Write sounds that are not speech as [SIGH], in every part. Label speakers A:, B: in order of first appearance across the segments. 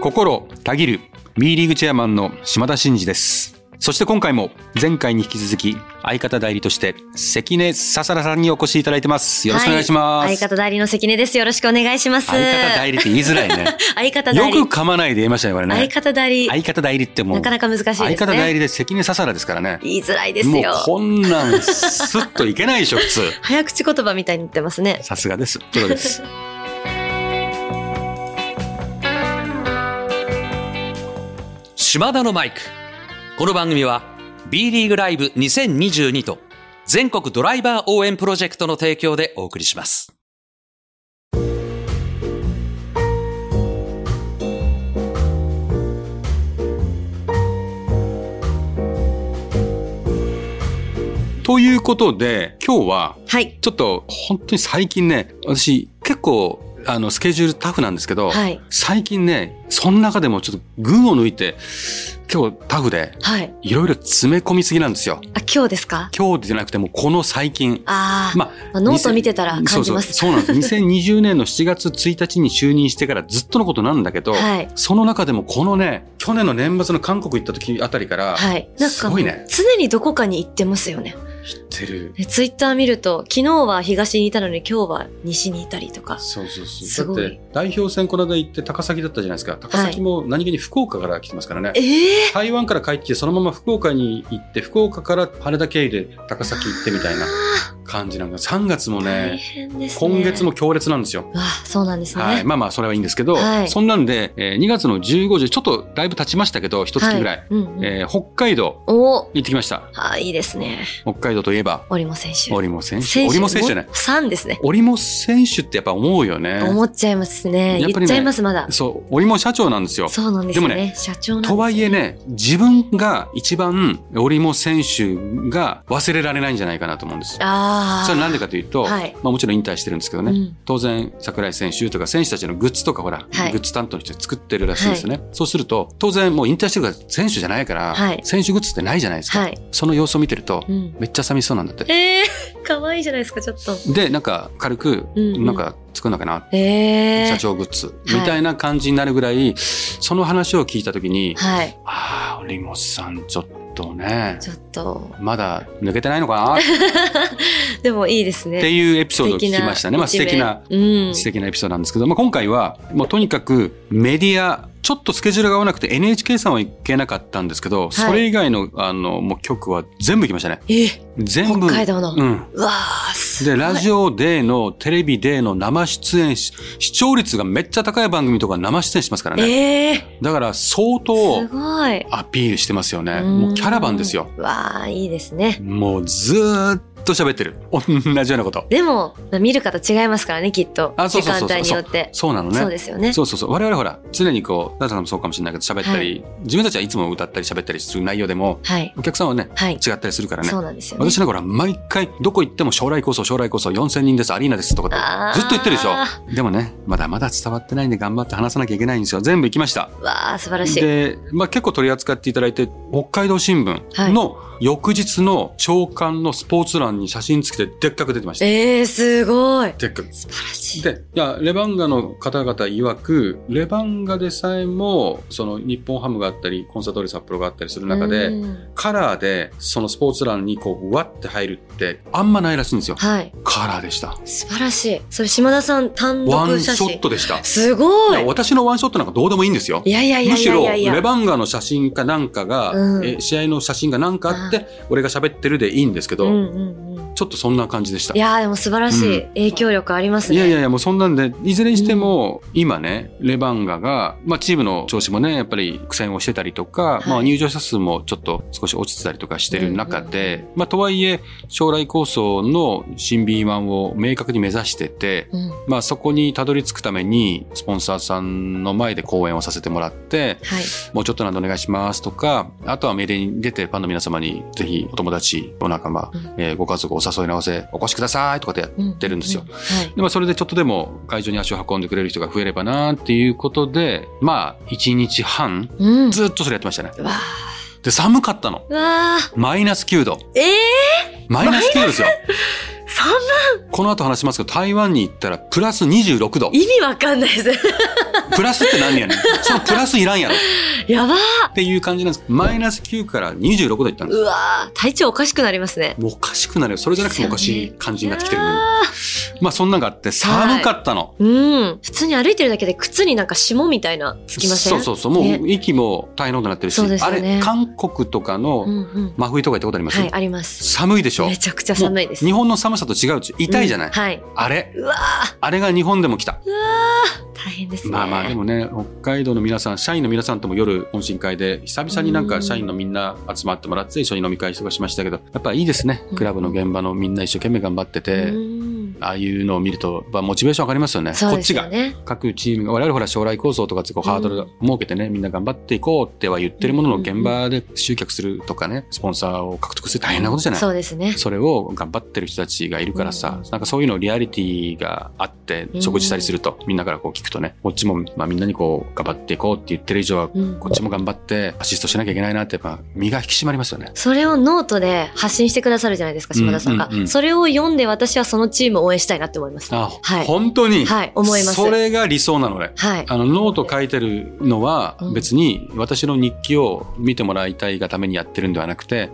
A: 心たぎる B リーグチェアマンの島田真二ですそして今回も前回に引き続き相方代理として関根ささらさんにお越しいただいてますよろしくお願いします、
B: はい相方代理の関根です。よろしくお願いします。
A: 相方代理って言いづらいね
B: [LAUGHS] 相方代理。
A: よく噛まないで言いましたね我々ね
B: 相方代理。
A: 相方代理ってもう
B: なかなか難しいですね。
A: 相方代理で関根ささらですからね
B: 言いづらいです
A: もう
B: よ。
A: こんなんスッといけないでしょ普通
B: 早口言葉みたいに言ってますね。
A: さすがですプロです
C: 島田のマイク。この番組は B リーグライブ2022と全国ドライバー応援プロジェクトの提供でお送りします。
A: ということで今日は
B: はい。
A: ちょっと本当に最近ね、私結構あのスケジュールタフなんですけど、
B: はい。
A: 最近ね、その中でもちょっと群を抜いて、今日タフで
B: はい。
A: いろいろ詰め込みすぎなんですよ。
B: あ、今日ですか
A: 今日じゃなくてもうこの最近。
B: ああ、
A: ま
B: まあノート見てたら感じます。
A: そうそうそうなんです。2020年の7月1日に就任してからずっとのことなんだけど、
B: はい。
A: その中でもこのね、去年の年末の韓国行った時あたりから、
B: はい。なん
A: す
B: か
A: ご、いね。
B: 常にどこかに行ってますよね。
A: 知ってる。
B: でツイッター見ると、昨日は東にいたのに今日は西にいたりとか。
A: そうそうそう。
B: すごい
A: だって代表戦この間行って高崎だったじゃないですか。高崎も何気に福岡から来てますからね。
B: ええ
A: 台湾から帰ってきてそのまま福岡に行って福岡から羽田経由で高崎行ってみたいな感じなんか3月も
B: ー、大
A: ね
B: 変ですね。
A: 今月も。強烈なんですよ。
B: わあ、そうなんですね。
A: はい、まあまあそれはいいんですけど、
B: はい
A: そんなんで、えー2月の15時ちょっとだいぶ経ちましたけど一月ぐらい、
B: はうんうん
A: えー北海道
B: お
A: 行ってきました
B: あ、いいですね。
A: 北海道といえば
B: 折茂選手。
A: 織茂選手織茂選手じゃない
B: 3ですね。
A: 織茂選手ってやっぱ思うよね
B: 思っちゃいますね。
A: やっぱりね
B: 言っちゃいます、まだ。
A: そう織茂社長なんですよ
B: そうなんですよね。
A: でも
B: 社長なんです
A: とはいえね自分が一番織茂選手が忘れられないんじゃないかなと思うんです
B: ああ。
A: それはなんでかというと、
B: はい
A: まあ、もちろん引退してるんですけどね、
B: うん
A: 当然櫻井選手とか選手たちのグッズとかほら、
B: はい
A: グッズ担当の人作ってるらしいんですよね、そうすると当然もう引退してるから選手じゃないから、
B: はい
A: 選手グッズってないじゃないですか、
B: はい。
A: その様子を見てると、
B: うん。
A: めっちゃ寂しそうなんだって
B: ええー、 [LAUGHS] 可愛いじゃないですか、ちょっと。
A: でなんか軽く
B: うんうん
A: なんか作んなきゃな、
B: ええー。
A: 社。長グッズ
B: はい
A: みたいな感じになるぐらい、その話を聞いた時に、
B: はい。
A: ああ織本さんちょっとね
B: ちょっと。
A: まだ抜けてないのかなっ
B: でもいいですね。
A: て
B: いう
A: いうエピソードを聞きましたね。ま
B: [LAUGHS]
A: あ素敵な
B: うん。
A: 素敵なエピソードなんですけど、まあ、今回はもうとにかくメディアちょっとスケジュールが合わなくて NHK さんは行けなかったんですけど、それ以外のあのもう局は全部行きましたね
B: えー、
A: 全部
B: 北海道の。
A: うん
B: うわあ、すご
A: で
B: い。
A: ラジオデーのテレビデーの生出演し視聴率がめっちゃ高い番組とか生出演してますからね
B: ええ
A: だから相
B: ー。
A: 当
B: すごい。
A: アピールしてますよねもうキャラバンですよ
B: うん。わあ、いいですね。
A: もうずーっと喋ってる同じようなこと
B: でも、見る方違いますからね、きっと。
A: あそう
B: 時
A: そうそうそう
B: 間帯によって。
A: そうなのね
B: そうですよね。
A: そうそうそう。我々ほら、常にこう、ダンさんもそうかもしれないけど、喋ったり、自分たちはいつも歌ったり喋ったりする内容でも、
B: はい。
A: お客さんはね、
B: はい。
A: 違ったりするからね
B: そ。うなんですよ、ね。
A: 私なんかほら、毎回、どこ行っても将来こそ、将来こそ、4000人です、アリーナですとか
B: あ
A: っ
B: ー
A: て、ずっと言ってるでしょ。でもね、まだまだ伝わってないんで頑張って話さなきゃいけないんですよ。全部行きました。
B: わあ、素晴らしい。
A: で、まあ結構取り扱っていただいて、北海道新聞の翌日の朝刊のスポーツ欄に写真付きででっかく出てました。
B: えー、すごい。
A: でっかく。
B: 素晴らしい。
A: でいやレバンガの方々曰くレバンガでさえもその日本ハムがあったりコンサドートレ札幌があったりする中で、
B: うん
A: カラーでそのスポーツ欄にこううわって入るってあんまないらしいんですよ
B: はい。
A: カラーでした
B: 素晴らしい。それ、島田さん単
A: ワン
B: 独
A: シ
B: 写
A: ョッ
B: 真。
A: トでした
B: すごい
A: いや。私のワンショットなんかどうでもいいんですよ
B: いやいやいや
A: む
B: い
A: し
B: やい
A: ろ
B: やい
A: レ
B: や。
A: バンガの写真かなんかが、
B: うん
A: え試合の写真がなんかあって俺が喋ってるでいいんですけ
B: う
A: ど、
B: んうんうん。
A: ちょっとそんな感じでした
B: いやーでも素晴らしい、
A: う
B: 影響力ありますね。
A: いやいやいや、もうそんなんで、いずれにしても、今ね、レバンガが、まあチームの調子もね、やっぱり苦戦をしてたりとか、
B: はい
A: まあ入場者数もちょっと少し落ちてたりとかしてる中
B: うん
A: で、まあとはいえ、将来構想の新 B1 を明確に目指してて、
B: うん。は
A: まあそこにたどり着くために、スポンサーさんの前で講演をさせてもらって、
B: い。
A: もうちょっとなんでお願いしますとか、あとはメールに出てファンの皆様に、ぜひお友達、お仲間、
B: うん
A: えーご家族お誘い直せ、お越しくださいとかでやっ
B: うん
A: 出るんですよ
B: うはい。
A: でまあ、それでちょっとでも会場に足を運んでくれる人が増えればなっていうことで、まあ、1日半、
B: うん。
A: ずっとそれやってましたね。
B: わあ。
A: で、寒かったの。
B: わあ。
A: マイナス9度。
B: ええ
A: マイナス9度ですよ。
B: ー、そんな
A: この後話しますけど、台湾に行ったらプラス26度。
B: 意味わかんないです。
A: プラスって何
B: [LAUGHS]
A: やねん。そのプラスいらんやろ。っ
B: やばー
A: ていう感じなんです。マイナス9から26度行ったんです。
B: うわー体調おかしくなりますね。
A: もうおかしくなるよ。それじゃなくてもおかしい感じになってきてるのに
B: いや
A: まあそんなんがあって、寒かったの。
B: ーうん。普通に歩いてるだけで靴になんか霜みたいなつきません
A: そうそうそう。も
B: ね
A: う息も大変なことになってるし。
B: そうです
A: あ
B: よね
A: れ、韓国とか
B: う
A: の
B: んうん。
A: 真冬とか行ったことあります、
B: はい、あります。
A: 寒いでしょ
B: めちゃくちゃ寒いです。
A: 日本の寒さと違うし、痛いじゃない、
B: うんはい。
A: あれ
B: うわー
A: あれが日本でも来た。
B: うわー大変ですね。
A: まあまあでもね、北海道の皆さん、社員の皆さんとも夜懇親会で、久々になんか社員のみんな集まってもらって一緒に飲み会とかしましたけど、やっぱいいですね
B: う。ん
A: クラブの現場のみんな一生懸命頑張ってて、
B: うん
A: ああいうのを見ると、やっぱモチベーション上がりますよね。
B: そう
A: こっ
B: で
A: ち
B: す
A: が
B: よ。ね。
A: 各チームが、我々ほら将来構想とかってこうハードルを設けてね、みんな頑張っていこうっては言ってるものの
B: うんうんうん
A: 現場で集客するとかね、スポンサーを獲得するって大変なことじゃない。
B: そうですね。
A: それを頑張ってる人たちがいるからさ、なんかそういうのリアリティがあって
B: うん
A: 食事したりすると、みんなからこう聞くとねこっちも、まあ、みんなにこう頑張っていこうって言ってる以上は
B: うん
A: こっちも頑張ってアシストしなきゃいけないなってやっぱ身が引き締まりますよね。
B: それをノートで発信してくださるじゃないですか、島田さんが。
A: うんうんうん
B: それを読んで私はそのチームを応援したいなって思います。は
A: あ、
B: はい
A: 本当に、
B: い、思います。
A: それが理想なのね。
B: はい。
A: あのノート書いてるのは
B: うん
A: 別に私の日記を見てもらいたいがためにやってるんではなくて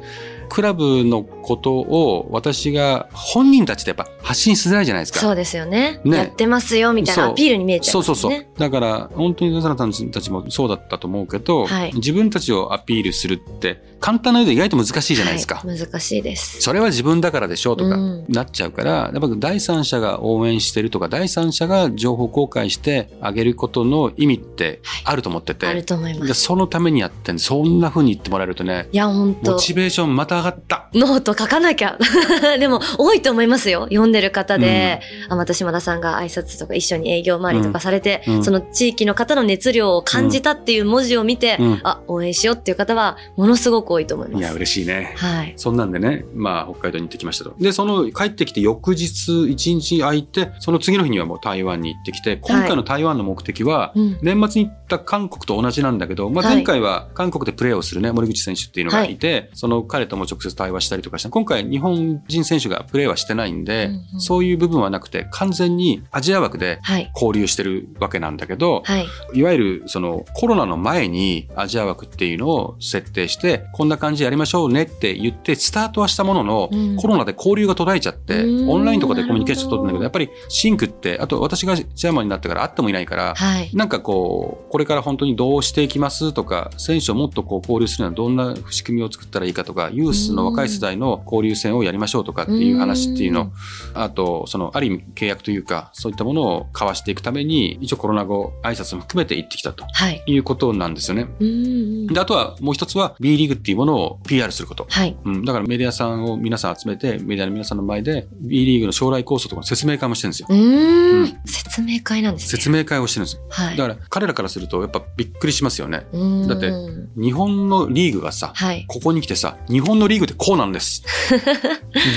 A: クラブのことを私が本人たちでやっぱ発信しづらいじゃないですか
B: そうですよね
A: ね
B: やってますよ、みたいな
A: そう
B: アピールに見えちゃい
A: そ
B: ま
A: う
B: す
A: そ
B: ね。
A: うそう。だから、本当に野原さんたちもそうだったと思うけど、
B: はい
A: 自分たちをアピールするって、簡単なようで意外と難しいじゃないですか。
B: はい難しいです。
A: それは自分だからでしょうとか
B: うん
A: なっちゃうから、やっぱ第三者が応援してるとか、第三者が情報公開してあげることの意味ってあると思ってて、
B: あると思いま。
A: ですそのためにやってんそんな風に言ってもらえるとね、
B: いや、本
A: モ
B: 当
A: チベーションまた上がった。
B: ノート書かなきゃ。 [LAUGHS] でも、多いと思いますよ。読んでる方で、あ、また島田さんが挨拶とか一緒に営業回りとかされて、
A: うんうん
B: その地域の方の熱量を感じたっていう文字を見て、
A: うん
B: あ、応援しようっていう方は、ものすごく多いと思います。
A: いや、嬉しいね。
B: はい。
A: そんなんでね、まあ、北海道に行ってきましたと。で、その、帰ってきて翌日、一日空いて、その次の日にはもう台湾に行ってきて、今回の台湾の目的は、
B: うん。
A: 年末に行った韓国と同じなんだけど、まあ、
B: はい
A: 前回は韓国でプレーをするね、森口選手っていうのがいて、その彼とも直接対話したりとかした。今回、日本人選手がプレーはしてないんで、
B: うんうん
A: そういう部分はなくて、完全にアジア枠で
B: はい。
A: 交流してるわけなんだけど、
B: はい。
A: いわゆるそのコロナの前にアジア枠っていうのを設定してこんな感じでやりましょうねって言ってスタートはしたものの、
B: うん
A: コロナで交流が途絶えちゃって
B: うん
A: オンラインとかでコミュニケーション取ってんだけど
B: な
A: やっぱりシンクってあと私がチェアマンになってから会ってもいないから。
B: はい。
A: なんかこう、これから本当にどうしていきますとか、選手をもっとこう交流するにはどんな仕組みを作ったらいいかとか、ユースの若い世代の交流戦をやりましょうとかっていう話っていう
B: う
A: の
B: ん、
A: あと、そのある意味契約というか、そういったものを交わしていくために、一応コロナ後、挨拶も含めて行ってきたと
B: はい。
A: いうことなんですよね。
B: うんうん。
A: で、あとはもう一つは B リーグっていうものを PR すること。
B: はい。
A: うん、だからメディアさんを皆さん集めて、メディアの皆さんの前で B リーグの将来構想とかの説明会もしてるんですよ。
B: うー。
A: うん
B: 説明会なんですね。
A: 説明会をしてるんですよ。
B: はい。
A: だから彼らからするとやっぱびっくりしますよね。
B: うん
A: だって日本のリーグがさ、
B: はい。
A: ここに来てさ、日本のリーグってこうなん
B: [LAUGHS]
A: です。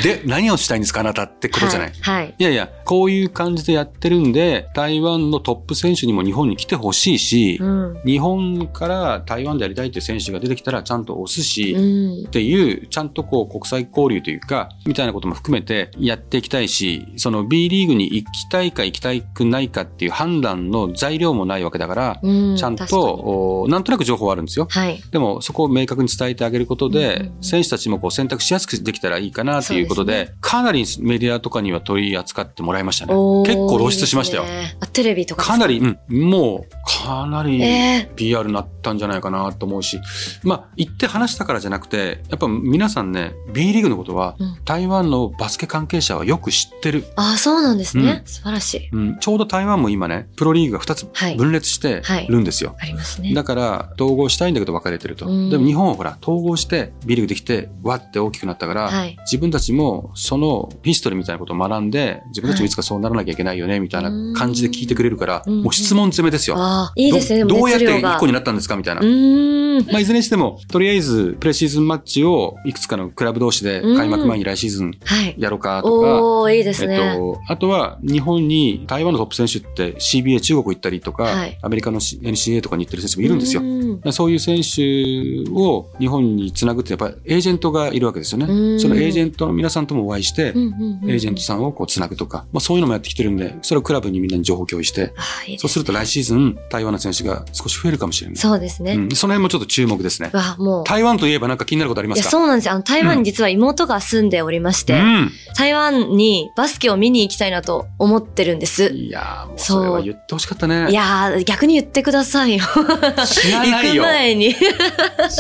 A: で、何をしたいんですか、あなたってことじゃない。い、
B: はい。はい
A: やいや、こういう感じでやってるんで、台湾のトップ選手にも日本に来てほしいし、
B: うん。
A: 日本から台湾でやりたいっていう選手が出てきたらちゃんと押すし、
B: うん
A: っ。ていう、ちゃんとこう国際交流というか、みたいなことも含めてやっていきたいし、その B リーグに行きたいか行きたくないかっていう判断の材料もないわけだから、
B: うん。
A: ちゃん
B: 確か
A: と、おなんとなく情報はあるんですよ
B: に。。はい。
A: でもそこを明確に伝えてあげることで、
B: うんうんうん
A: 選手たちもこう選択しやすくできたらいいかなということ
B: そう
A: で
B: で
A: かなりメディアとかには取り扱ってもらいましたね
B: おー
A: 結構露出しましたよ
B: いいですねあ、テレビとかです
A: かなり、うん、もうかなり
B: え
A: PR になったんじゃないかなと思うし、まあ行って話したからじゃなくてやっぱ皆さんね B リーグのことは
B: うん
A: 台湾のバスケ関係者はよく知ってる、
B: ー、あ、そうなんですね。
A: う
B: 素晴らしい。
A: うん、ちょうど台湾も今ねプロリーグが2つ
B: はい。
A: 分裂してるんですよ、
B: ありますね。
A: だから統合したいんだけど分かれてると、
B: うん
A: でも日本はほら統合してビリーグできてわって大きくなったから、
B: はい。
A: 自分たちもそのヒストリーみたいなことを学んで自分たちもいつかそうならなきゃいけないよねみたいな感じで聞いてくれるから、
B: うん
A: もう質問攻めですよ、
B: ああ、いいですね。で
A: ど
B: も
A: どうやっ
B: 熱
A: て
B: 量
A: 1
B: が。
A: 個になったんですかみたいな、
B: うーん。
A: まあ、いずれにしてもとりあえずプレシーズンマッチをいくつかのクラブ同士で開幕前に来シーズン
B: はい。
A: やろうかとか、
B: おおいいです
A: えっ
B: ね。
A: と、あとは日本に台湾のトップ選手って CBA 中国行ったりとか、
B: はい
A: アメリカの NCA とかに行ってる選手もいるんですよ
B: う。ん
A: そういう選手を日本につなぐってやっぱりエージェンントがいるわけですよね。
B: うん
A: そのエージェントの皆さんともお会いして、
B: うんうんうん
A: エージェントさんをこうつなぐとか、まあ、そういうのもやってきてるんで、それをクラブにみんなに情報共有して、
B: ああいいですね
A: そうすると来シーズン、台湾の選手が少し増えるかもしれない。
B: そうですね。
A: うん、その辺もちょっと注目ですね。
B: わ、もう。
A: 台湾といえばなんか気になることありま
B: いや、
A: すか
B: そうなんですよ。あの、台湾に実は妹が住んでおりまして、
A: うん。
B: 台湾にバスケを見に行きたいなと思ってるんです。
A: いやーもうそれは言ってほしかったね。
B: いやー、逆に言ってくださいよ。
A: 知ら
B: 行
A: ない
B: く
A: よ。
B: 前に。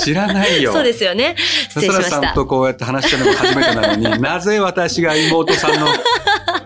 A: 知らないよ。
B: [LAUGHS] そうですよね。失礼しま
A: 笹
B: し
A: 田さ
B: た
A: ん。とこうやって話したのも初めてな
B: [LAUGHS]
A: のに、なぜ私が妹さんの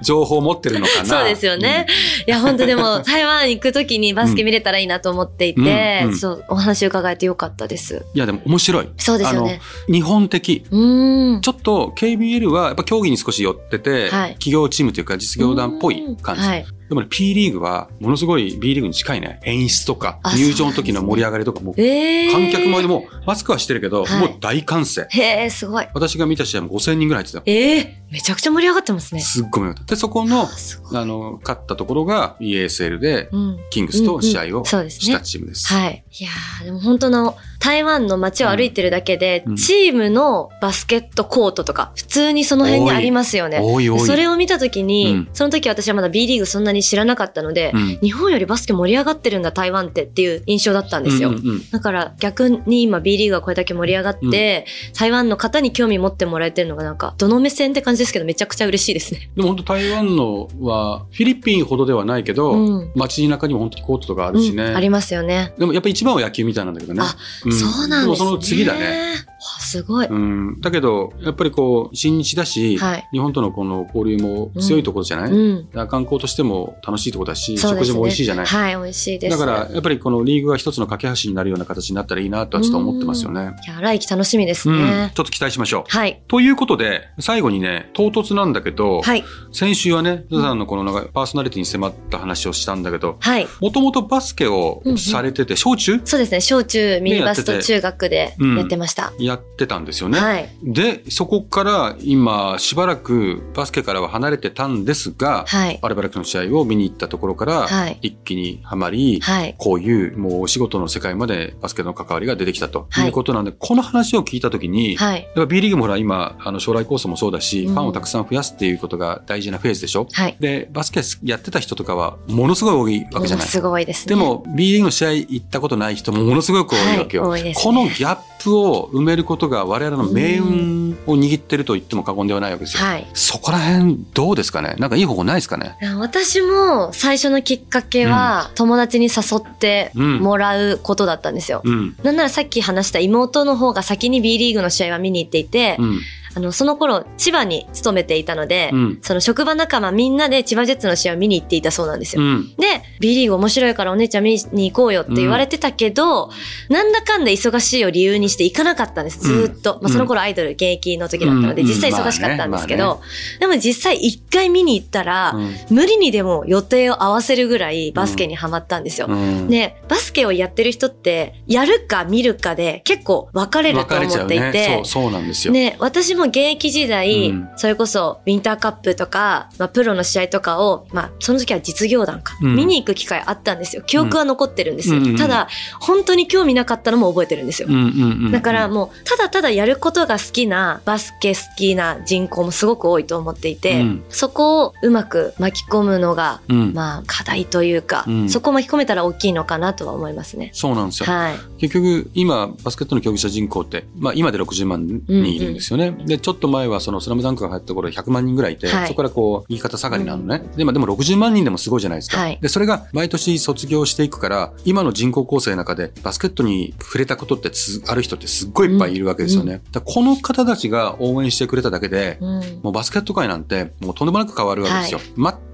A: 情報を持ってるのかな。
B: そうですよね。いや、本当でも、台湾行くときにバスケ見れたらいいなと思っていて、
A: うんうん
B: そう、お話伺えてよかったです
A: う。ん。いや、でも面白い。
B: そうですよね。
A: 日本的。
B: うーん。
A: ちょっと KBL はやっぱ競技に少し寄ってて、
B: はい
A: 企業チームというか実業団っぽい感じ。
B: はい。
A: でもね、P リーグはものすごい B リーグに近いね。演出とか
B: あ、
A: 入場の時の盛り上がりとかも、
B: えー。
A: 観客前でもうマスクはしてるけど、
B: はい
A: もう大歓声。
B: へー、すごい。
A: 私が見た試合も5000人ぐらい入ってたよ。
B: ええー、めちゃくちゃ盛り上がってますね。
A: すっごいよかった。で、そこの、
B: すごい。
A: あの、勝ったところが ESL で、
B: うん。
A: キングスと試合を
B: そうです
A: し
B: ね
A: た。チームです。
B: はい。いやーでも本当の、台湾の街を歩いてるだけで、
A: うん
B: チームのバスケットコートとか、普通にその辺にありますよね。
A: 多い多い。
B: それを見たときに、
A: うん
B: その時私はまだ B リーグそんなに知らなかったので、
A: うん
B: 日本よりバスケ盛り上がってるんだ台湾ってっていう印象だったんですよ。
A: うんうんうん
B: だから逆に今 B リーグがこれだけ盛り上がって、台湾の方に興味持ってもらえてるのがなんか、どの目線って感じですけどめちゃくちゃ嬉しいですね。
A: でも本当台湾のは、フィリピンほどではないけど、
B: うん
A: 街中にも本当にコートとかあるしね。
B: うんありますよね。
A: でもやっぱ一番は野球みたいなんだけどね。
B: あそうなんですね。
A: もその次だね。。
B: あすごい。
A: うん、だけど、やっぱりこう、新日だし、
B: はい
A: 日本とのこの交流も強いところじゃない、
B: うん。
A: だから観光としても楽しいところだし、
B: そう
A: 食
B: ですね
A: 事も美味しいじゃない、
B: はい、美味しいです。
A: だから、やっぱりこのリーグが一つの架け橋になるような形になったらいいなとはちょっと思ってますよね。
B: いや、来季楽しみです
A: う
B: ね。
A: ん、ちょっと期待しましょう。
B: はい。
A: ということで、最後にね、唐突なんだけど、
B: はい。
A: 先週はね、ズさんのこのなんかパーソナリティに迫った話をしたんだけど、
B: はい。
A: もともとバスケをされてて、小中
B: そうですね。小中、ミニバス
A: ね
B: と
A: やってて
B: 中学で
A: うん
B: やってました。
A: やってたんですよね。
B: はい。
A: で、そこから今、しばらくバスケからは離れてたんですが、
B: はい。
A: アルバルクの試合を見に行ったところから
B: はい、
A: 一気にはまり、
B: はい。
A: こういうもうお仕事の世界までバスケの関わりが出てきたと
B: はい
A: いうことなんで、この話を聞いたときに、
B: はい。
A: やっぱ B リーグもほら今、あの将来構想もそうだし、
B: うん
A: ファンをたくさん増やすっていうことが大事なフェーズでしょ
B: はい。
A: で、バスケやってた人とかはものすごい多いわけじゃ
B: も
A: な
B: う
A: い。
B: すごいです
A: で
B: ね。
A: も B リーグの試合行ったことない人もものすごく多いわけよ。
B: はい多いですね
A: このギャップを埋めることが我々の命運を握ってると言っても過言ではないわけですよ。
B: はい。
A: そこら辺どうですかねなんかいい方法ないですかね
B: 私も最初のきっかけは、友達に誘ってもらうことだったんですよ。
A: うん。
B: なんならさっき話した妹の方が先に B リーグの試合は見に行っていて、
A: うん。
B: あの、その頃、千葉に勤めていたので、
A: うん
B: その職場仲間みんなで千葉ジェッツの試合を見に行っていたそうなんですよ。
A: うん。
B: で、B リーグ面白いからお姉ちゃん見に行こうよって言われてたけど、なんだかんだ忙しいを理由にして行かなかったんです、ずーっと。
A: ん
B: まあ、その頃アイドル現役の時だったので、
A: うん
B: 実際忙しかったんですけど、
A: まあ
B: でも実際一回見に行ったら、無理にでも予定を合わせるぐらいバスケにハマったんですよ。
A: うん。
B: で、バスケをやってる人って、やるか見るかで結構分かれる
A: 分
B: と
A: かれちゃ
B: 思
A: う
B: っていて、
A: ね。そう、そうなんですよ。
B: ね、私も現役時代、
A: うん
B: それこそウィンターカップとか、まあ、プロの試合とかを、まあ、その時は実業団か、
A: うん
B: 見に行く機会あったんですよ記憶は残ってるんですよ、
A: うんうんうん
B: ただ本当に興味なかったのも覚えてるんですよ、
A: うんうんうん。
B: だからもうただただやることが好きなバスケ好きな人口もすごく多いと思っていて、
A: うん
B: そこをうまく巻き込むのが、
A: うん。
B: まあ課題というか、
A: うん
B: そこを巻き込めたら大きいのかなとは思いますね。
A: そうなんですよ。
B: はい、
A: 結局、今、バスケットの競技者人口って、まあ今で60万人いるんですよね。で、ちょっと前はそのスラムダンクが流行った頃100万人ぐらいいて、
B: はい
A: そこからこう、右肩下がりなのね。で、まあでも60万人でもすごいじゃないですか。
B: はい
A: で、それが毎年卒業していくから、今の人口構成の中でバスケットに触れたことってつある人ってすっごいいっぱいいるわけですよね。だからこの方たちが応援してくれただけで、
B: うん
A: もうバスケット界なんてもうとんでもなく変わるわけですよ。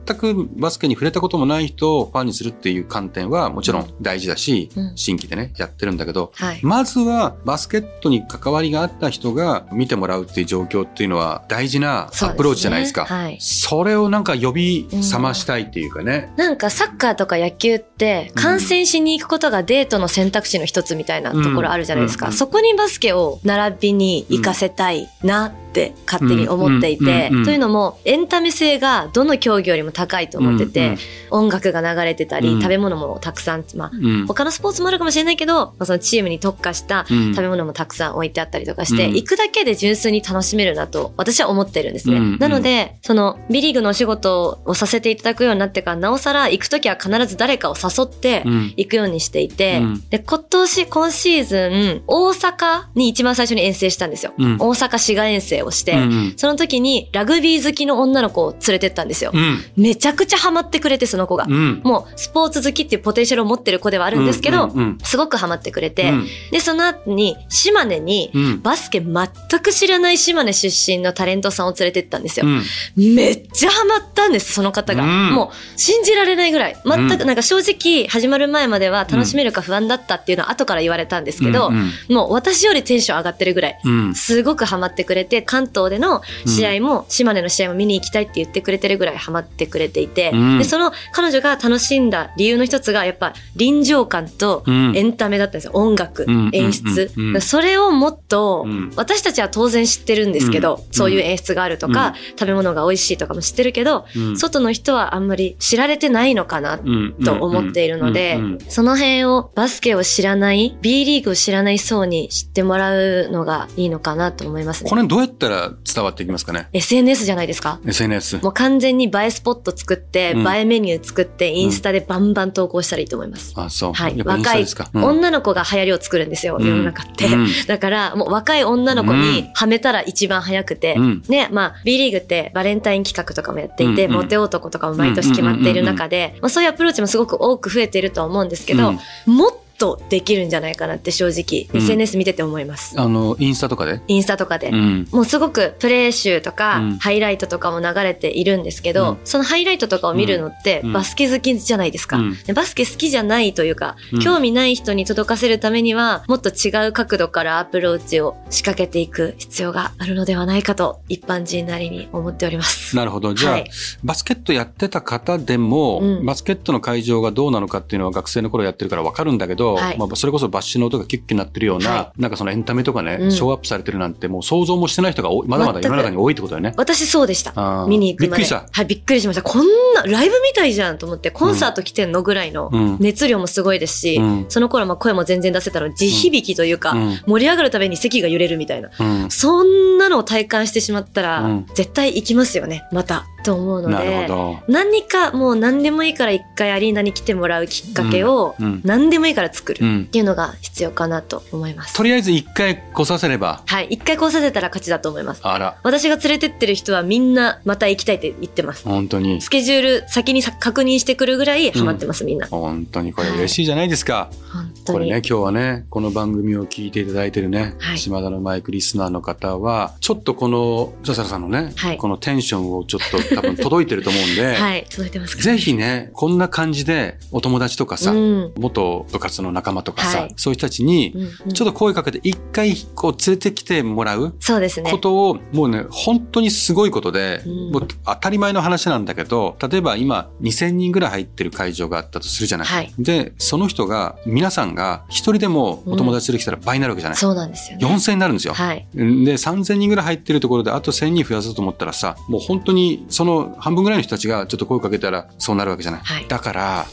A: 全くバスケに触れたこともない人をファンにするっていう観点はもちろん大事だし、
B: うん
A: 新規でね、やってるんだけど、
B: はい
A: まずはバスケットに関わりがあった人が見てもらうっていう状況っていうのは大事なアプローチじゃないですか。そ
B: そうねはい
A: れをなんか呼び覚ましたいっていうかね。
B: なんかサッカーとか野球って観戦しに行くことがデートの選択肢の一つみたいなところあるじゃないですか、
A: うんうん
B: そこにバスケを並びに行かせたいなっって勝手に思っていて、
A: うんうんうんうん
B: というのもエンタメ性がどの競技よりも高いと思ってて、音楽が流れてたり、
A: うん
B: 食べ物もたくさん、まあ、
A: うんうん
B: 他のスポーツもあるかもしれないけど、まあ、そのチームに特化した
A: うん
B: 食べ物もたくさん置いてあったりとかして、
A: うん
B: 行くだけで純粋に楽しめるなと私は思ってるんです
A: う
B: ね。
A: ん
B: なので、その B リーグのお仕事をさせていただくようになってから、なおさら行くときは必ず誰かを誘って、
A: うん
B: 行くようにしていて、
A: うん
B: で、今年、今シーズン、大阪に一番最初に遠征したんですよ。
A: うん
B: 大阪市が遠征をして、
A: うん
B: その時にラグビー好きの女の子を連れてったんですよ。
A: うん
B: めちゃくちゃハマってくれて、その子が。
A: うん
B: もうスポーツ好きっていうポテンシャルを持ってる子ではあるんですけど、
A: うんうん
B: すごくハマってくれ
A: う
B: て、
A: ん
B: で、その後に島根に、
A: うん
B: バスケ全く知らない島根出身のタレントさんを連れてったんですよ。
A: うん
B: めっちゃハマったんです、その方が。
A: うん
B: もう信じられないぐらい。全
A: う
B: くなんか正直始まる前までは楽しめるか不安だったっていうのは後から言われたんですけど、
A: うん
B: もう私よりテンション上がってるぐらい。
A: うん
B: すごくハマってくれて、関東での試合も、島根の試合も見に行きたいって言ってくれてるぐらいハマってくれていて、
A: うん
B: で、その彼女が楽しんだ理由の一つが、やっぱ臨場感と
A: うん
B: エンタメだったんですよ。音楽、
A: うん
B: 演出、
A: うんうん
B: それをもっと、
A: うん
B: 私たちは当然知ってるんですけど、
A: うん
B: そういう演出があるとか、食べ物が美味しいとかも知ってるけど、
A: うん
B: 外の人はあんまり知られてないのか
A: う
B: な
A: ん
B: と思っているので、
A: うんうん
B: その辺をバスケを知らない、B リーグを知らない層に知ってもらうのがいいのかなと思いますね
A: こ。れどうやったら伝わっていきますかね
B: SNS じゃないですか
A: SNS
B: もう完全に映えスポット作って、
A: うん
B: 映えメニュー作って、インスタでバンバン投稿したらいいと思います。
A: あそう
B: はい
A: やっぱインスタですかうん
B: 女の子が流行りを作るんですよ、世の中って。
A: うん
B: だから、もう若い女の子
A: うん
B: にはめたら一番早くて、
A: うん
B: ね、まあ、B リーグってバレンタイン企画とかもやっていて、
A: うんうん
B: モテ男とかも毎年決まっている中で、まあ、そういうアプローチもすごく多く増えているとは思うんですけど、
A: うん
B: もっとできるんじゃないかなって正直、
A: うん
B: SNS 見てて思います。
A: あのインスタとかで
B: インスタとかで。
A: うん
B: もうすごくプレー集とか、
A: うん
B: ハイライトとかも流れているんですけど、
A: うん
B: そのハイライトとかを見るのって、
A: うん
B: バスケ好きじゃないですか、
A: うん
B: でバスケ好きじゃないというか、
A: うん
B: 興味ない人に届かせるためには、もっと違う角度からアプローチを仕掛けていく必要があるのではないかと、一般人なりに思っております。
A: なるほどじゃあ、
B: はい
A: バスケットやってた方でも、
B: うん
A: バスケットの会場がどうなのかっていうのは学生の頃やってるから分かるんだけど、
B: はい
A: まあ、それこそバッシュの音がキュッキュなってるような、
B: は
A: なんかそのエンタメとかね、
B: うん
A: ショーアップされてるなんてもう想像もしてない人が多いまだまだ世の中に多いってことだよね。
B: 私そうでした。
A: あー
B: 見に行くまで。
A: びっくりした。
B: はい、びっくりしました。こんな、ライブみたいじゃんと思って、コンサート来てんのぐらいの
A: うん
B: 熱量もすごいですし、
A: うん
B: その頃まあ声も全然出せたの、地響きというか、
A: うん
B: 盛り上がるために席が揺れるみたいな。
A: うん
B: そんなのを体感してしまったら、
A: うん
B: 絶対行きますよね、また。と思うの
A: なる
B: で
A: ほ、ど。
B: 何かもう何でもいいから一回アリーナに来てもらうきっかけを、
A: うんうん
B: 何でもいいから作
A: う
B: るっ
A: ん、
B: ていうのが必要かなと思います。
A: とりあえず一回来させれば
B: はい、一回こうさせたら勝ちだと思います。
A: あら
B: 私が連れてってる人はみんなまた行きたいって言ってます。
A: 本当に
B: スケジュール先にさ確認してくるぐらいハマってます、みんな。
A: 本当にこれ嬉しいじゃないですか。
B: 本当
A: これ
B: に。
A: ね、今日はね、この番組を聞いていただいてるね、
B: はい
A: 島田のマイクリスナーの方は、ちょっとこの、笹田さんのね、
B: はい
A: このテンションをちょっ
B: [LAUGHS]
A: と多分届いてると思うんで、
B: はい、届いてますか
A: ぜひね、こんな感じでお友達とかさ、
B: うん
A: 元部活の仲間とかさ、
B: はい
A: そういう人たちに
B: う、んうん
A: ちょっと声かけて一回こう連れてきてもらう
B: そうですね
A: こ。とを、もうね、本当にすごいことで、
B: うん
A: もう当たり前の話なんだけど、例えば今2000人ぐらい入ってる会場があったとするじゃない。
B: はい。
A: で、その人が、皆さんが一人でもお友達できたら倍になるわけじゃない。
B: そうなんですよね。
A: 4000になるんですよ。
B: はい。
A: で、3000人ぐらい入ってるところで、あと1000人増やそうと思ったらさ、もう本当にその半分ぐらいの人たちがちょっと声かけたらそうなるわけじゃない。
B: はい
A: だから、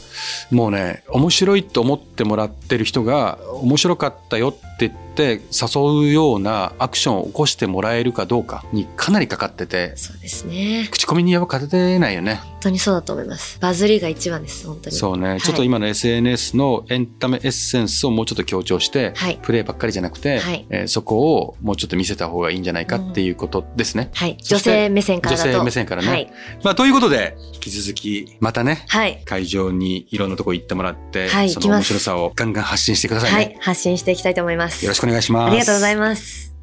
A: もうね、面白いと思ってもらってる人が、面白かったよって言って誘うようなアクションを起こしてもらえるかどうかにかなりかかってて、
B: そうですね。
A: 口コミにやっぱ勝てないよね。
B: 本当にそうだと思います。バズりが一番です、本当に。
A: そうね、
B: はい
A: ちょっと今の SNS のエンタメエッセンスをもうちょっと強調して、
B: はい
A: プレーばっかりじゃなくて、
B: はい
A: えーそこをもうちょっと見せた方がいいんじゃないかっていうことですね。
B: はい。
A: そ
B: 女
A: して
B: 性目線からだと。
A: 女性目線からね
B: はい。
A: まあ、ということで引き続きまたね
B: はい。
A: 会場にいろんなとこ行ってもらって、
B: はい
A: そ
B: 行き
A: の面
B: ます
A: 白さをガンガン発信してくださいね。
B: はい。発信していきたいと思います。
A: よろしくお願いします。
B: ありがとうございます。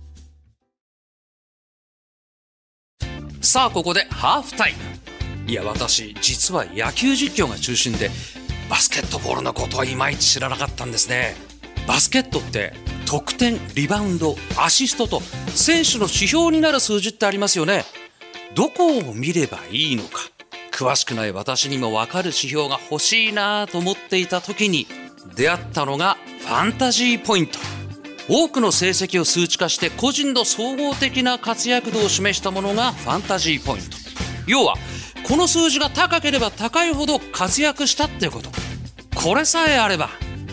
C: さあここでハーフタイムいや私実は野球実況が中心でバスケットボールのことはいまいち知らなかったんですねバスケットって得点リバウンドアシストと選手の指標になる数字ってありますよねどこを見ればいいのか詳しくない私にも分かる指標が欲しいなと思っていた時に出会ったのがファンタジーポイント多くの成績を数値化して個人の総合的な活躍度を示したものがファンタジーポイント要はこの数字が高ければ高いほど活躍したっていうことこれさえあれば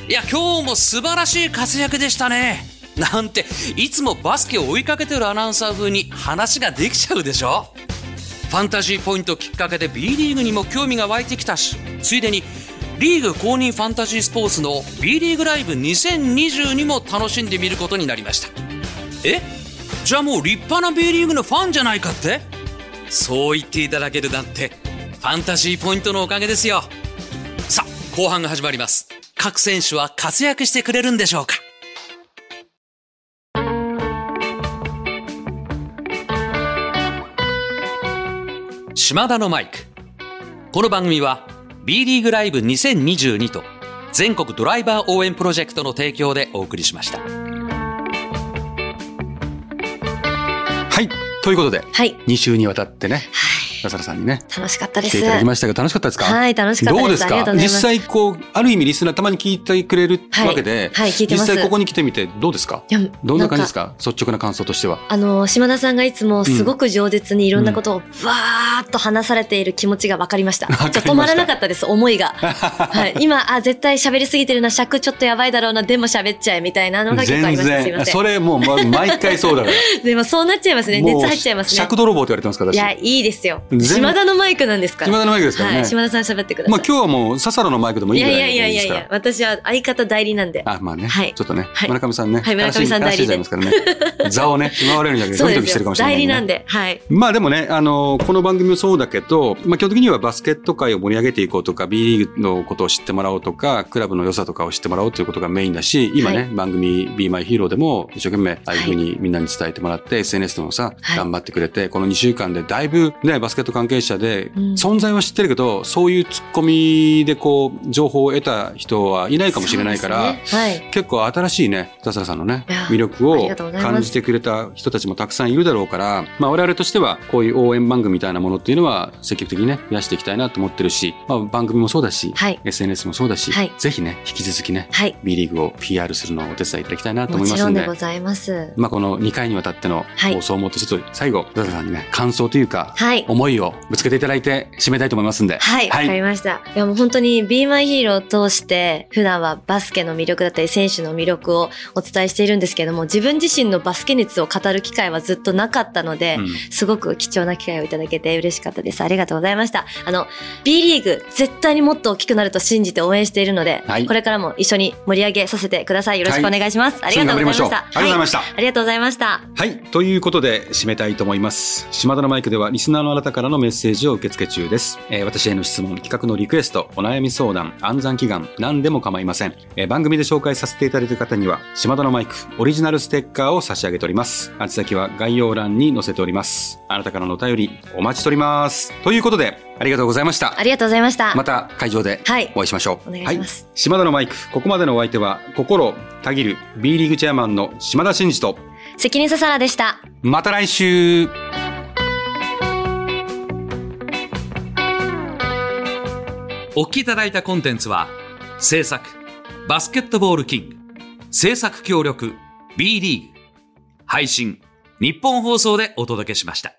C: いや今日も素晴らしい活躍でしたねなんていつもバスケを追いかけてるアナウンサー風に話ができちゃうでしょファンタジーポイントきっかけで B リーグにも興味が湧いてきたしついでにリーグ公認ファンタジースポーツの B リーグライブ2022も楽しんでみることになりましたえじゃあもう立派な B リーグのファンじゃないかってそう言っていただけるなんてファンタジーポイントのおかげですよさあ後半が始まります各選手は活躍してくれるんでしょうか島田のマイクこの番組は B リーグライブ2022と全国ドライバー応援プロジェクトの提供でお送りしました
A: はい。ということで、
B: はい。
A: 2週にわたってね、
B: はい。
A: 笹田さんにね、
B: 楽しかったで
A: 来
B: す。
A: ていただきましたけど、楽しかったですか
B: はい、楽しかったです。
A: どうです
B: ありがと
A: か
B: うござい
A: 実
B: ます。
A: 際こう、ある意味リスナーたまに聞いてくれるわけで、
B: はい、聞いて
A: 実
B: ます。
A: 際ここに来てみてどうですか
B: いや
A: どんな感じです
B: か
A: か率直な感想としては。
B: あの、島田さんがいつもすごく饒舌にいろんなことをバーっと話されている気持ちが分かりま
A: [LAUGHS]
B: した。
A: かりました
B: ちょっと止まらなかったです、
A: [LAUGHS]
B: 思いが。はい、今、あ、絶対喋りすぎてるな、尺ちょっとやばいだろうな、でも喋っちゃえみたいなのが結構あ
A: 全
B: り
A: 然。
B: ました。すいませ
A: それもう、ま、毎回そうだから。
B: ん。でもそうなっちゃいますね。
A: もう
B: 熱入っちゃいますね
A: 尺。泥棒って言われてますから、
B: いや、
A: 私。
B: いいですよ。
A: 全部
B: 島田のマイクなんですから。
A: 島田のマイクですからね。
B: はい、島田さん喋ってください。
A: まあ今日はもう、笹野のマイクでもいい
B: い
A: ぐ
B: や
A: らい
B: い
A: の
B: やいや
A: です
B: いやい
A: から
B: や、。私は相方代理なんで。
A: あ、まあね。
B: はい
A: ちょっとね、
B: はい
A: 村上さんね。
B: はい村上さん
A: 悲しい
B: 代理で
A: 悲しいじゃないですからね。
B: [LAUGHS]
A: 座をね、今われるんじゃなくて、
B: そ
A: ド
B: う
A: キド
B: で
A: キし
B: す
A: てるか
B: よ。
A: もしれない、
B: 代
A: ね。
B: 理なんで。はい。
A: まあでもね、あのこの番組もそうだけど、まあ基本的にはバスケット界を盛り上げていこうとか、B リーグのことを知ってもらおうとか、クラブの良さとかを知ってもらおうということがメインだし、今ね、
B: は
A: 番組 Be My Hero でも一生懸命ああいうふうにみんなに伝えてもらって、SNS でもさ、
B: はい
A: 頑張ってくれて、この2週間でだいぶね、バスケット関係者で、
B: うん
A: 存在は知ってるけど、そういうツッコミでこう、情報を得た人はいないかもしれないから、
B: そうですねはい。
A: 結構新しいね、笹田さんのね
B: いや、ー
A: 魅力
B: あり
A: を
B: がとうございます
A: 感じてくれた人たちもたくさんいるだろうから、まあ我々としてはこういう応援番組みたいなものっていうのは積極的にね、増やしていきたいなと思ってるし、まあ番組もそうだし、
B: はい。
A: SNS もそうだし、
B: はい
A: ぜひね、引き続きね、
B: はい。
A: B リーグを PR するのをお手伝いいただきたいなと
B: も
A: 思いま
B: ち
A: す
B: ろん
A: んで、
B: でございます。
A: まあこの2回にわたっての
B: はい
A: 放送もちょっと最後、笹田さんにね、感想というか、
B: はい。
A: 思いをぶつけていただいて締めたいと思いますんで。
B: はい、わ、かりました。いやもう本当に Be My Hero を通して普段はバスケの魅力だったり選手の魅力をお伝えしているんですけども自分自身のバスケ熱を語る機会はずっとなかったので、
A: うん
B: すごく貴重な機会をいただけて嬉しかったです。ありがとうございました。あの、B リーグ絶対にもっと大きくなると信じて応援しているので、
A: はい
B: これからも一緒に盛り上げさせてください。よろしくお願いします。ありがとうございました。
A: 一緒に頑張りましょうありがとうございました。
B: ありがとうございました。
A: はい。ということで、締めたいと思います。島田のマイクでは、リスナーのあなたからのメッセージを受け付け中です。えー私への質問、企画のリクエスト、お悩み相談、暗算祈願、何でも構いません。えー番組で紹介させていただいた方には、島田のマイク、オリジナルステッカーを差し上げております。宛先は概要欄に載せております。あなたからのお便り、お待ちしております。ということで、ありがとうございました
B: あ。りがとうございました。
A: また会場で
B: はい
A: お会いしましょう。
B: お願いします
A: はい、島田のマイク、ここまでのお相手は、心たぎる B リーグチェアマンの島田真二と、
B: 関根ささらでした。
A: また来週
C: お聞きいただいたコンテンツは、制作、バスケットボールキング、制作協力、B リーグ、配信、日本放送でお届けしました。